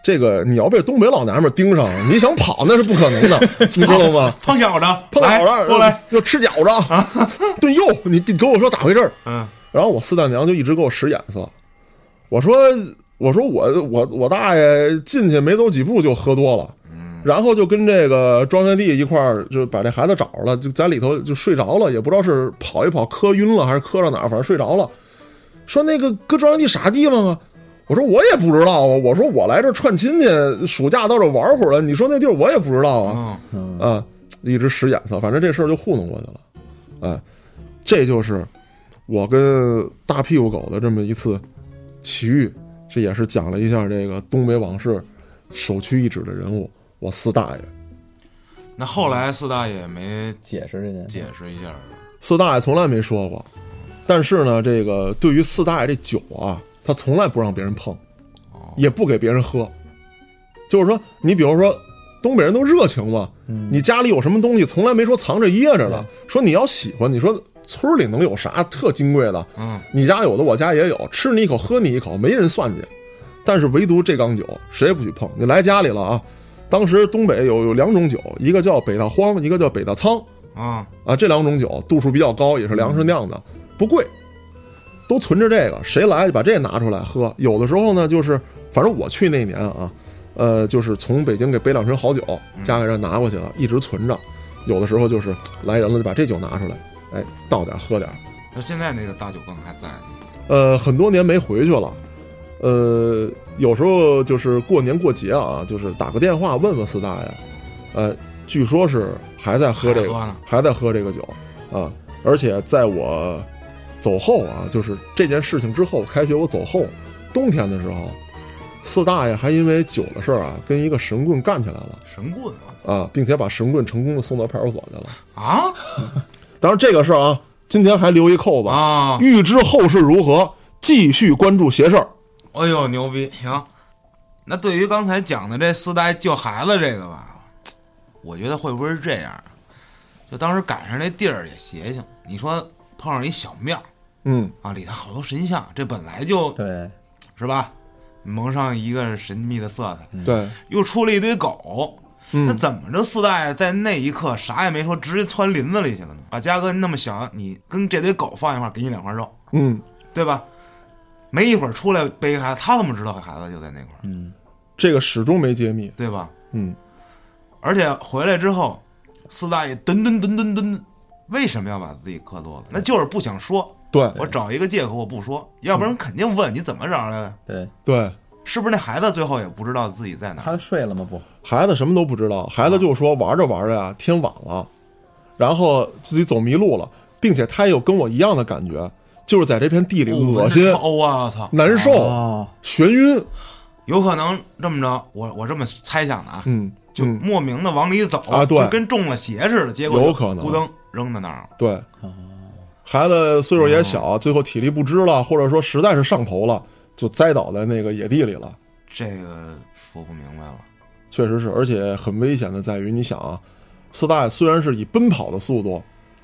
S3: 这个你要被东北老娘们儿盯上，你想跑那是不可 能的，你知道吗？
S2: 碰巧的，
S3: 碰巧了，
S2: 来过来，
S3: 就吃饺子啊，对哟，你你跟我说咋回事儿？
S2: 嗯，
S3: 然后我四大娘就一直给我使眼色，我说我说我我我大爷进去没走几步就喝多了，然后就跟这个庄稼地一块儿就把这孩子找着了，就在里头就睡着了，也不知道是跑一跑磕晕了还是磕到哪儿，反正睡着了。说那个搁庄稼地啥地方啊？我说我也不知道啊，我说我来这儿串亲戚，暑假到这儿玩会儿了，你说那地儿我也不知道啊。
S2: 嗯，
S3: 啊，一直使眼色，反正这事儿就糊弄过去了。哎，这就是我跟大屁股狗的这么一次奇遇，这也是讲了一下这个东北往事首屈一指的人物，我四大爷。
S2: 那后来四大爷没
S4: 解释这件事。
S2: 解释一下儿，
S3: 四大爷从来没说过，但是呢，这个对于四大爷这酒啊，他从来不让别人碰，也不给别人喝。就是说，你比如说，东北人都热情嘛，你家里有什么东西，从来没说藏着掖着的，说你要喜欢，你说村里能有啥特金贵的？
S2: 嗯，
S3: 你家有的，我家也有，吃你一口，喝你一口，没人算计。但是唯独这缸酒，谁也不许碰。你来家里了啊！当时东北有有两种酒，一个叫北大荒，一个叫北大仓。
S2: 啊，
S3: 啊，这两种酒度数比较高，也是粮食酿的，不贵，都存着这个，谁来就把这拿出来喝。有的时候呢，就是反正我去那年啊，呃，就是从北京给背两瓶好酒，家给人拿过去了，一直存着。有的时候就是来人了，就把这酒拿出来，哎，倒点儿喝点儿。
S2: 那现在那个大酒缸还在吗？
S3: 呃，很多年没回去了。呃，有时候就是过年过节啊，就是打个电话问问四大爷，呃，据说是还在喝这个，
S2: 还喝
S3: 还
S2: 呢
S3: 在喝这个酒啊，而且在我走后啊，就是这件事情之后，开学我走后，冬天的时候，四大爷还因为酒的事儿啊，跟一个神棍干起来了
S2: 神棍啊！
S3: 啊，并且把神棍成功的送到派出所去了。
S2: 啊
S3: 当然这个事儿啊，今天还留一扣吧，
S2: 啊！
S3: 预知后事如何，继续关注邪事儿。
S2: 哎呦，牛逼！行，那对于刚才讲的这四代救孩子这个吧，我觉得会不会是这样？啊就当时赶上这地儿也邪性，你说碰上一小庙
S3: 嗯，
S2: 啊，里头好多神像，这本来就
S4: 对，
S2: 是吧，蒙上一个神秘的色彩，
S3: 对，
S2: 又出了一堆狗。那怎么这四代在那一刻啥也没说，直接窜林子里去了呢？啊，嘉哥，你那么想，你跟这堆狗放一块儿，给你两块肉，
S3: 嗯，
S2: 对吧？没一会儿出来背一孩子，他怎么知道孩子就在那块儿？
S3: 这个始终没揭秘。
S2: 对吧？
S3: 嗯，
S2: 而且回来之后，四大爷噔噔噔噔噔，为什么要把自己磕多了？那就是不想说，
S3: 对
S2: 我找一个借口我不说，要不然肯定问你怎么找来的，
S4: 对，
S3: 对，
S2: 是不是？那孩子最后也不知道自己在哪儿
S5: 他睡了吗？不，
S3: 孩子什么都不知道，孩子就说玩着玩着呀，天晚了，然后自己走迷路了，并且他也有跟我一样的感觉，就是在这片地里恶心、啊
S2: 哦，我操，
S3: 难受、
S5: 哦，
S3: 眩晕。
S2: 有可能这么着，我我这么猜想的啊，
S3: 嗯，
S2: 就
S3: 嗯
S2: 莫名的往里走
S3: 啊对
S2: 就跟中了邪似的，结果就
S3: 有可能
S2: 咕噔扔在那儿了。
S3: 对，孩子岁数也小，最后体力不支了，或者说实在是上头了，就栽倒在那个野地里了。
S2: 这个说不明白了，
S3: 确实是，而且很危险的在于，你想啊，四大爷虽然是以奔跑的速度，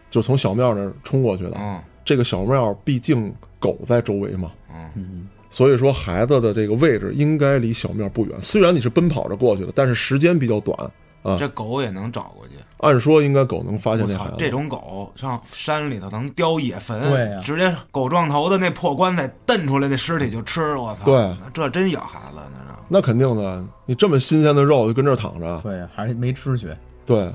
S3: 就从小庙那儿冲过去的，
S2: 嗯
S3: 这个小庙毕竟狗在周围嘛，
S2: 嗯，
S3: 所以说孩子的这个位置应该离小庙不远。虽然你是奔跑着过去的，但是时间比较短啊。
S2: 这狗也能找过去。
S3: 按说应该狗能发现
S2: 我
S3: 这
S2: 操
S3: 孩，子，
S2: 这种狗上山里头能叼野坟，
S5: 对
S3: 啊
S5: 呀
S2: 直接狗撞头的那破棺材蹬出来那尸体就吃，我操！
S3: 对，
S2: 这真咬孩子，那是。
S3: 那肯定的。你这么新鲜的肉就跟这儿躺着，
S5: 对，啊还是没知觉。
S3: 对。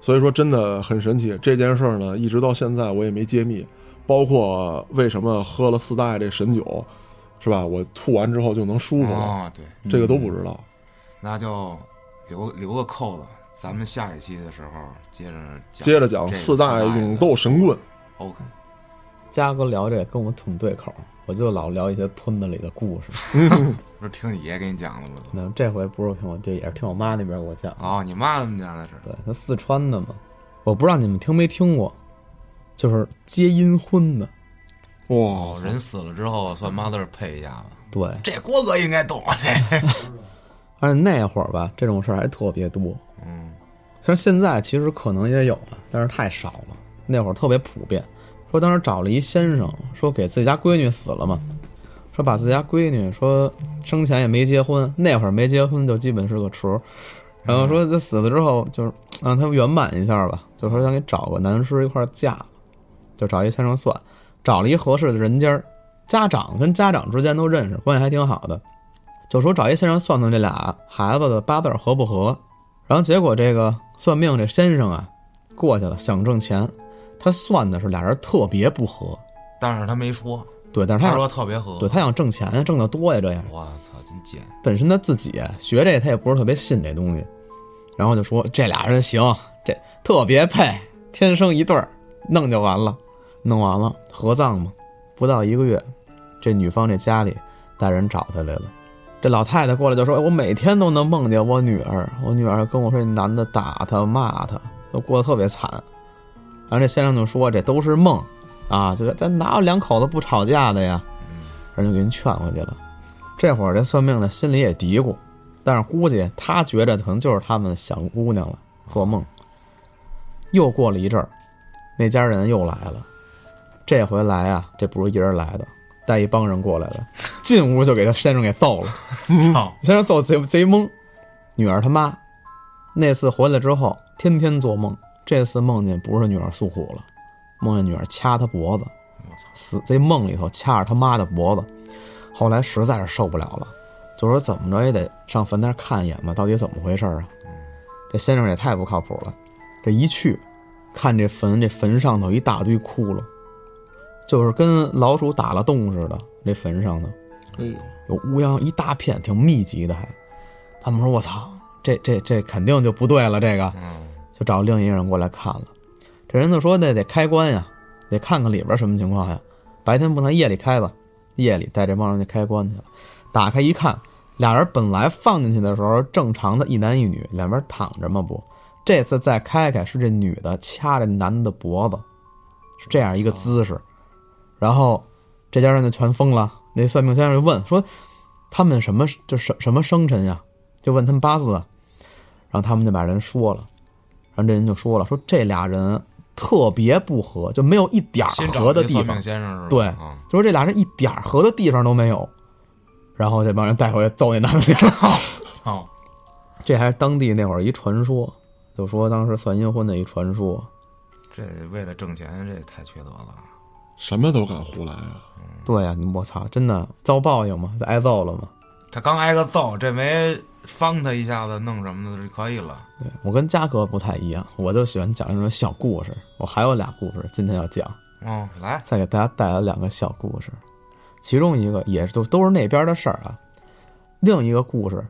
S3: 所以说，真的很神奇。这件事儿呢，一直到现在我也没揭秘，包括为什么喝了四大爷这神酒，是吧？我吐完之后就能舒服了，
S2: 哦，对，
S3: 这个都不知道。
S2: 那就留留个扣子，咱们下一期的时候接着讲
S3: 接着讲
S2: 这个
S3: 四大爷
S2: 的
S3: 勇斗神棍，
S2: ，OK，
S4: 嘉哥聊这跟我挺对口，我就老聊一些村子里的故 事。
S2: 不是听你爷给你讲的吗？
S4: 那这回不是我听我，这也是听我妈那边给我讲。
S2: 哦，你妈怎么讲的是？
S4: 对，他四川的嘛，我不知道你们听没听过，就是结阴婚的。
S3: 哇，
S2: 哦人死了之后算妈字儿配一下吧。
S4: 对，
S2: 这郭哥应该懂啊，这
S4: 而且那会儿吧，这种事儿还特别多。嗯，虽然现在其实可能也有啊，但是太少了。那会儿特别普遍。说当时找了一先生，说给自己家闺女死了嘛，说把自己家闺女说生前也没结婚，那会儿没结婚就基本是个雏儿。然后说这死了之后，就是让他圆满一下吧，就说想给找个男尸一块儿嫁了，就找一先生算，找了一合适的人家儿，家长跟家长之间都认识，关系还挺好的。就说找一先生算算这俩孩子的八字儿合不合。然后结果这个算命这先生啊，过去了想挣钱，他算的是俩人特别不合。
S2: 但是他没说，
S4: 对，但是他想
S2: 他说特别合。
S4: 对他想挣钱，挣得多呀，这样
S2: 我操，真贱！
S4: 本身他自己学这他也不是特别信这东西，然后就说这俩人行，这特别配，天生一对儿，弄就完了。弄完了合葬嘛，不到一个月，这女方这家里带人找她来了。这老太太过来就说：“哎我每天都能梦见我女儿，我女儿跟我说，这男的打她骂她，都过得特别惨。”然后这先生就说：“这都是梦，啊，这咱哪有两口子不吵架的呀？”人就给人劝回去了。这会儿这算命的心里也嘀咕，但是估计他觉着可能就是他们想姑娘了，做梦。又过了一阵儿，那家人又来了，这回来啊，这不是一人来的，带一帮人过来的，进屋就给他先生给揍了，
S2: 操，
S4: 先生揍贼贼懵。女儿他妈那次回来之后，天天做梦，这次梦见不是女儿诉苦了，梦见女儿掐他脖子，死在梦里头掐着他妈的脖子。后来实在是受不了了，就说怎么着也得上坟那儿看一眼吧，到底怎么回事儿啊？这先生也太不靠谱了，这一去，看这坟，这坟上头一大堆窟窿，就是跟老鼠打了洞似的，这坟上头。
S3: 哎呦，
S4: 有乌泱一大片，挺密集的还。他们说：“我操，这这这肯定就不对了。”这个，就找另一个人过来看了。这人就说：“那得开棺呀，得看看里边什么情况呀。白天不能，夜里开吧。夜里带这帮人去开棺去了。打开一看，俩人本来放进去的时候正常的一男一女，两边躺着嘛不。这次再开开是这女的掐着男的脖子，是这样一个姿势。然后这家人就全疯了。那算命先生就问说：“他们什么这什什么生辰呀？”就问他们八字啊。然后他们就把人说了，然后这人就说了：“说这俩人特别不合，就没有一点
S2: 新
S4: 儿
S2: 找
S4: 合的
S2: 的
S4: 地
S2: 算
S4: 方
S2: 命。先生是吧？
S4: 对
S2: 啊，
S4: 就说这俩人一点儿合的地方都没有。”然后这帮人带回去揍那男的去了。
S2: 操，
S4: 这还是当地那会儿一传说，就说当时算阴婚的一传说。
S2: 这为了挣钱，这也太缺德了。
S3: 什么都敢胡来啊！
S4: 对呀、你我操，真的遭报应嘛，挨揍了嘛。
S2: 他刚挨个揍，这没方他一下子，弄什么的就可以了。
S4: 对我跟嘉哥不太一样，我就喜欢讲这种小故事。我还有俩故事，今天要讲，
S2: 嗯，来，
S4: 再给大家带来两个小故事，其中一个也就都是那边的事儿啊。另一个故事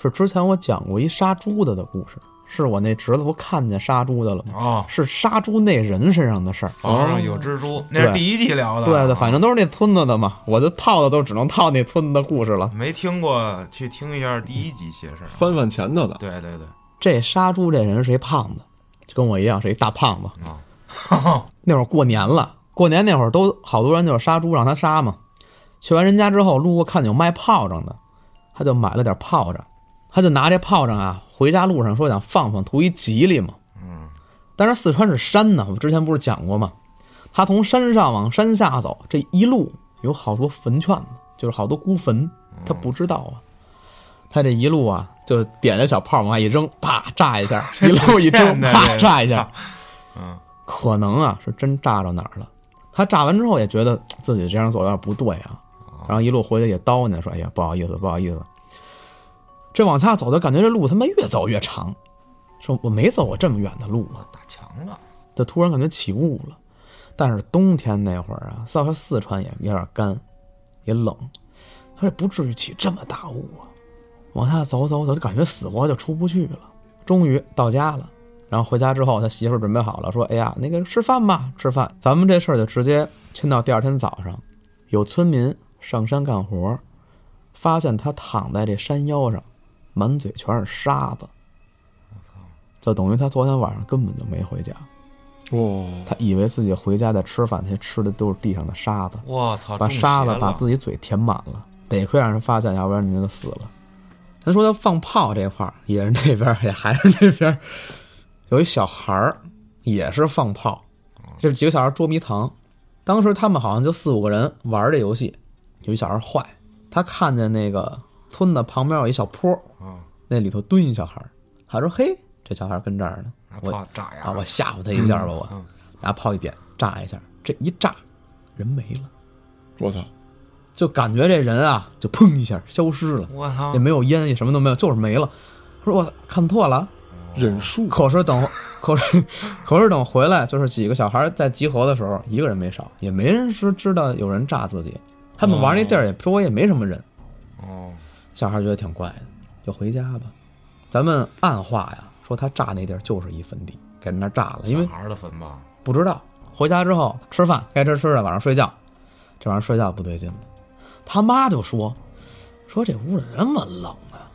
S4: 是之前我讲过一杀猪的的故事，是我那侄子不看见杀猪的了吗？
S2: 哦，
S4: 是杀猪那人身上的事儿。
S2: 房上有蜘蛛，那是第一季聊的。
S4: 嗯对的，
S2: 啊
S4: 反正都是那村子的嘛，我就套的都只能套那村子的故事了。
S2: 没听过，去听一下第一集邪事儿。
S3: 翻翻前头的，
S2: 对对对，
S4: 这杀猪这人是一胖子，就跟我一样是一大胖子。
S2: 啊
S4: 那会儿过年了，过年那会儿都好多人就是杀猪让他杀嘛。去完人家之后，路过看见有卖炮仗的，他就买了点炮仗，他就拿这炮仗啊，回家路上说想放放，图一吉利嘛。嗯。但是四川是山呢，我之前不是讲过吗？他从山上往山下走，这一路有好多坟圈子，就是好多孤坟，他不知道啊。他这一路啊，就点着小炮往外一扔，啪炸一下，一路一
S2: 贱
S4: 扔，
S2: 的
S4: 啪
S2: 这
S4: 炸一下。可能啊是真炸到哪儿了。他炸完之后也觉得自己这样做有点不对啊，然后一路回去也叨念说：“哎呀，不好意思，不好意思。”这往下走就感觉这路他妈越走越长，说我没走过这么远的路啊，
S2: 打墙了，
S4: 就突然感觉起雾了。但是冬天那会儿啊，到说四川也有点干，也冷，他说不至于起这么大雾啊。往下走走走，就感觉死活就出不去了。终于到家了，然后回家之后，他媳妇儿准备好了，说：“哎呀，那个吃饭吧，吃饭。”咱们这事儿就直接牵到第二天早上，有村民上山干活，发现他躺在这山腰上，满嘴全是沙子，就等于他昨天晚上根本就没回家。
S3: 哇，
S4: 他以为自己回家在吃饭，他吃的都是地上的沙子，
S2: 我操，
S4: 把
S2: 中邪
S4: 沙子把
S2: 了
S4: 自己嘴填满啊了，得亏让人发现，要不然你就死了。咱说他放炮这块儿也是那边儿，也还是那边儿，有一小孩儿也是放炮，这几个小孩捉迷藏，当时他们好像就四五个人玩儿这游戏，有一小孩坏，他看见那个村子旁边有一小坡，那里头蹲一小孩儿，他说：“嘿，这小孩儿跟这儿呢，
S2: 拿
S4: 我
S2: 炮炸呀
S4: 啊，我吓唬他一下吧，我拿炮一点炸一下，这一炸，人没了，
S3: 我操，
S4: 就感觉这人啊，就砰一下消失了，
S2: 我操
S4: 也，没有烟，也什么都没有，就是没了。他说我操看错了，
S3: 忍术
S4: 可是等，可是，可是等回来，就是几个小孩在集合的时候，一个人没少，也没人知知道有人炸自己。他们玩那地儿也周围也没什么人，
S2: 哦，
S4: 小孩觉得挺怪的，就回家吧。咱们暗话呀，说他炸那地儿就是一坟地，给人那儿炸了，因为
S2: 小孩儿的坟吧，
S4: 不知道。回家之后吃饭，该吃吃的，晚上睡觉，这晚上睡觉不对劲了。他妈就说：“说这屋里这么冷啊，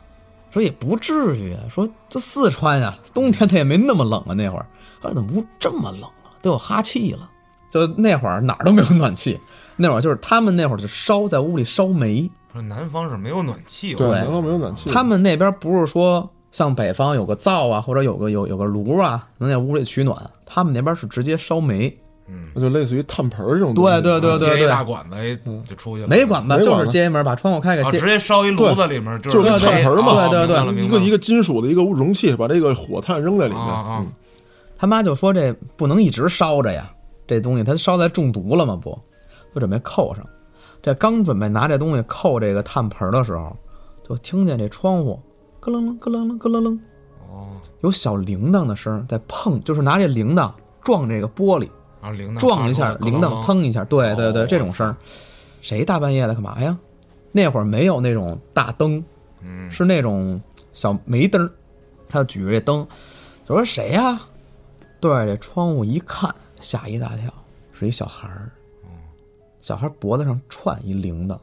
S4: 说也不至于啊，说这四川呀、冬天它也没那么冷啊。那会儿，说怎么屋这么冷啊，都有哈气了。就那会儿哪儿都没有暖气，那会儿就是他们那会儿就烧在屋里烧煤，
S2: 说南方是没有暖气
S3: 对，
S2: 的，
S3: 南方没有暖气，
S4: 他们那边不是说像北方有个灶啊，或者有个有有个炉啊，能在屋里取暖，他们那边是直接烧煤。
S3: 那就类似于炭盆儿这种东西啊
S4: 对对对对
S2: 接一
S4: 对，
S2: 大管子哎就出去了，
S4: 嗯没管吧，
S3: 没
S4: 就
S3: 管
S4: 是接一门，把窗户开开
S2: 啊，
S4: 接
S2: 直。接烧一炉子里面，
S3: 就是是
S4: 对
S3: 炭盆儿嘛，
S4: 对对对
S2: 啊明
S3: 一
S2: 白
S3: 个
S2: 了
S3: 一个金属的一个容器，把这个火炭扔在里
S2: 啊
S3: 面，
S2: 啊
S3: 嗯，
S4: 他妈就说这不能一直烧着呀，这东西它烧在中毒了吗？不，就准备扣上。这刚准备拿这东西扣这个炭盆的时候，就听见这窗户咯楞楞咯楞楞咯楞楞，
S2: 哦，
S4: 有小铃铛的声儿在碰，就是拿这铃铛撞这个玻璃，
S2: 然后铃铛
S4: 撞一下
S2: 发，出来
S4: 铃铛，
S2: 咯
S4: 砰一下，对对对，
S2: 哦
S4: 这种声儿，谁大半夜的干嘛呀？那会儿没有那种大灯，
S2: 嗯
S4: 是那种小煤灯儿，他就举着这灯，就说谁呀、对着这窗户一看，吓一大跳，是一小孩儿，
S2: 嗯
S4: 小孩儿脖子上串一铃铛，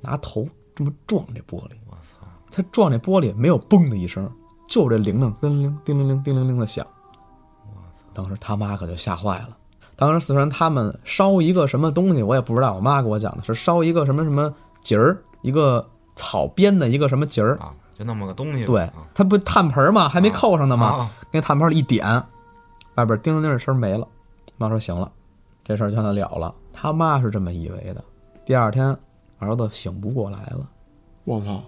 S4: 拿头这么撞这玻璃，
S2: 我操，
S4: 他撞这玻璃没有嘣的一声，就这铃铛叮铃铃叮铃铃叮铃铃的响。当时他妈可就吓坏了。当时四川他们烧一个什么东西，我也不知道，我妈给我讲的是烧一个什么什么节儿，一个草编的一个什么节儿。
S2: 啊，就那么个东西吧，
S4: 对
S2: 啊，
S4: 它不炭盆儿嘛，还没扣上呢
S2: 啊
S4: 嘛
S2: 啊，
S4: 那炭盆儿一点，外边儿叮铃铃的声儿没了。妈说行了，这事儿就算了了。他妈是这么以为的。第二天，儿子醒不过来了。
S3: 我操，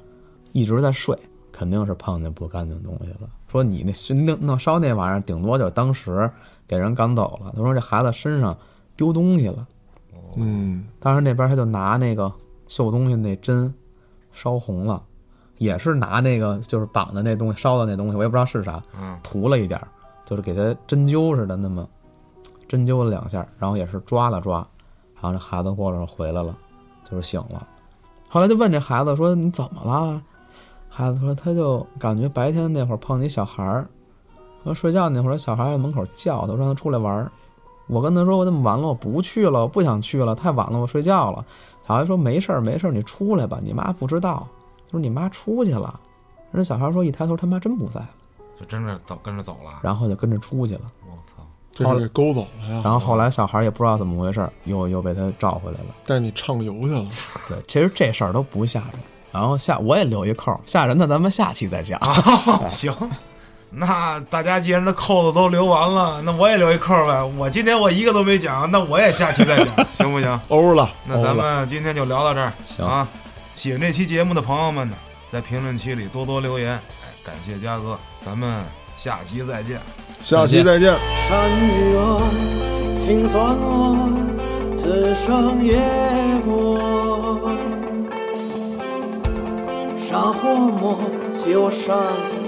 S4: 一直在睡，肯定是碰见不干净东西了。说你那熏弄弄烧那玩意儿，顶多就是当时给人赶走了。他说这孩子身上丢东西了，
S3: 嗯，
S4: 当时那边他就拿那个绣东西那针烧红了，也是拿那个就是绑的那东西烧的那东西，我也不知道是啥，
S2: 嗯
S4: 涂了一点儿，就是给他针灸似的那么针灸了两下，然后也是抓了抓，然后这孩子过了会儿回来了，就是醒了。后来就问这孩子说你怎么了？孩子说他就感觉白天那会儿碰见一小孩儿，说睡觉那会儿小孩儿在门口叫他，让他出来玩儿。我跟他说我这么晚了，我不去了，我不想去了，太晚了，我睡觉了。小孩说没事儿没事儿，你出来吧，你妈不知道。他说你妈出去了。人家小孩说一抬头他妈真不在了，
S2: 就真是走跟着走了，
S4: 然后就跟着出去了。
S2: 我操，
S3: 这是给勾走了呀，
S4: 然后后来小孩也不知道怎么回事儿，又又被他召回来了。
S3: 带你畅游去了，
S4: 对，其实这事儿都不吓人。然后下我也留一扣儿，吓人的咱们下期再讲。哎
S2: 行。那大家既然这扣子都留完了，那我也留一扣呗。我今天我一个都没讲，那我也下期再讲，行不行？
S3: 欧了，
S2: 那咱们今天就聊到这儿，
S4: 行
S2: 啊。喜欢这期节目的朋友们呢，在评论区里多多留言。哎，感谢嘉哥，咱们下期再见。
S3: 下期再见。
S6: 山与恶，情算我，此生也过。杀或魔，欺我善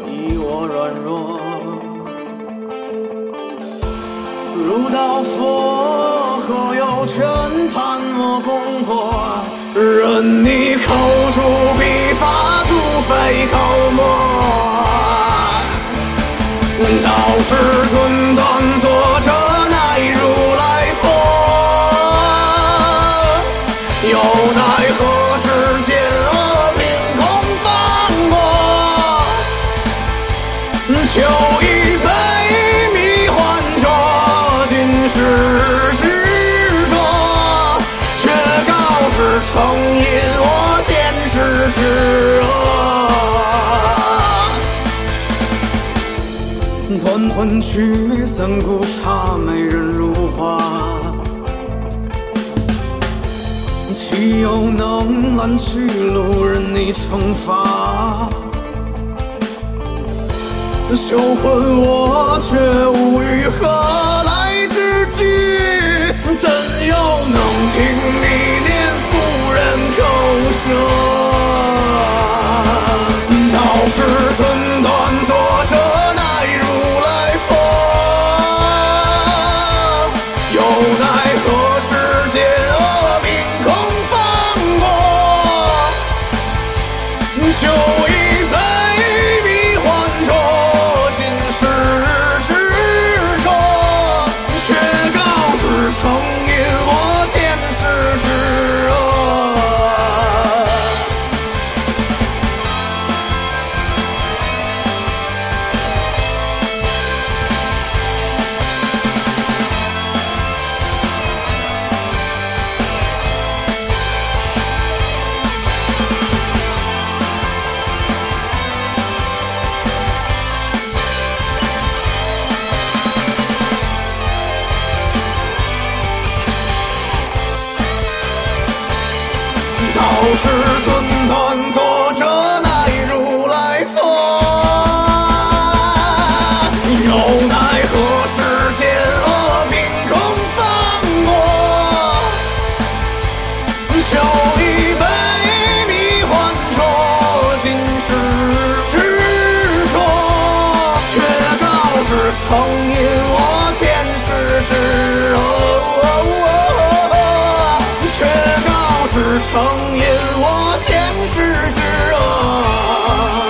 S6: 意，我软弱。如道佛，何有全盘我功过？任你口诛笔伐，突飞口沫。道是寸断，作者乃如来佛。又奈何世间恶凭空放过？求一杯迷幻浊尽之恶。断魂曲三顾茶，美人如花。岂有能拦去路人你惩罚？羞魂我却无语，何来之句？怎又能听你念妇人口舌？道是寸断作者乃如来佛，又奈何世间恶名空放过？求一杯迷幻浊，尽是执着，却告知成因我前世之恶。道是寸断作者乃如来佛，又奈何世间恶名空放过？求一杯迷幻浊，尽是执着，却告知成因我前世之恶，却告知成因我前世之恶。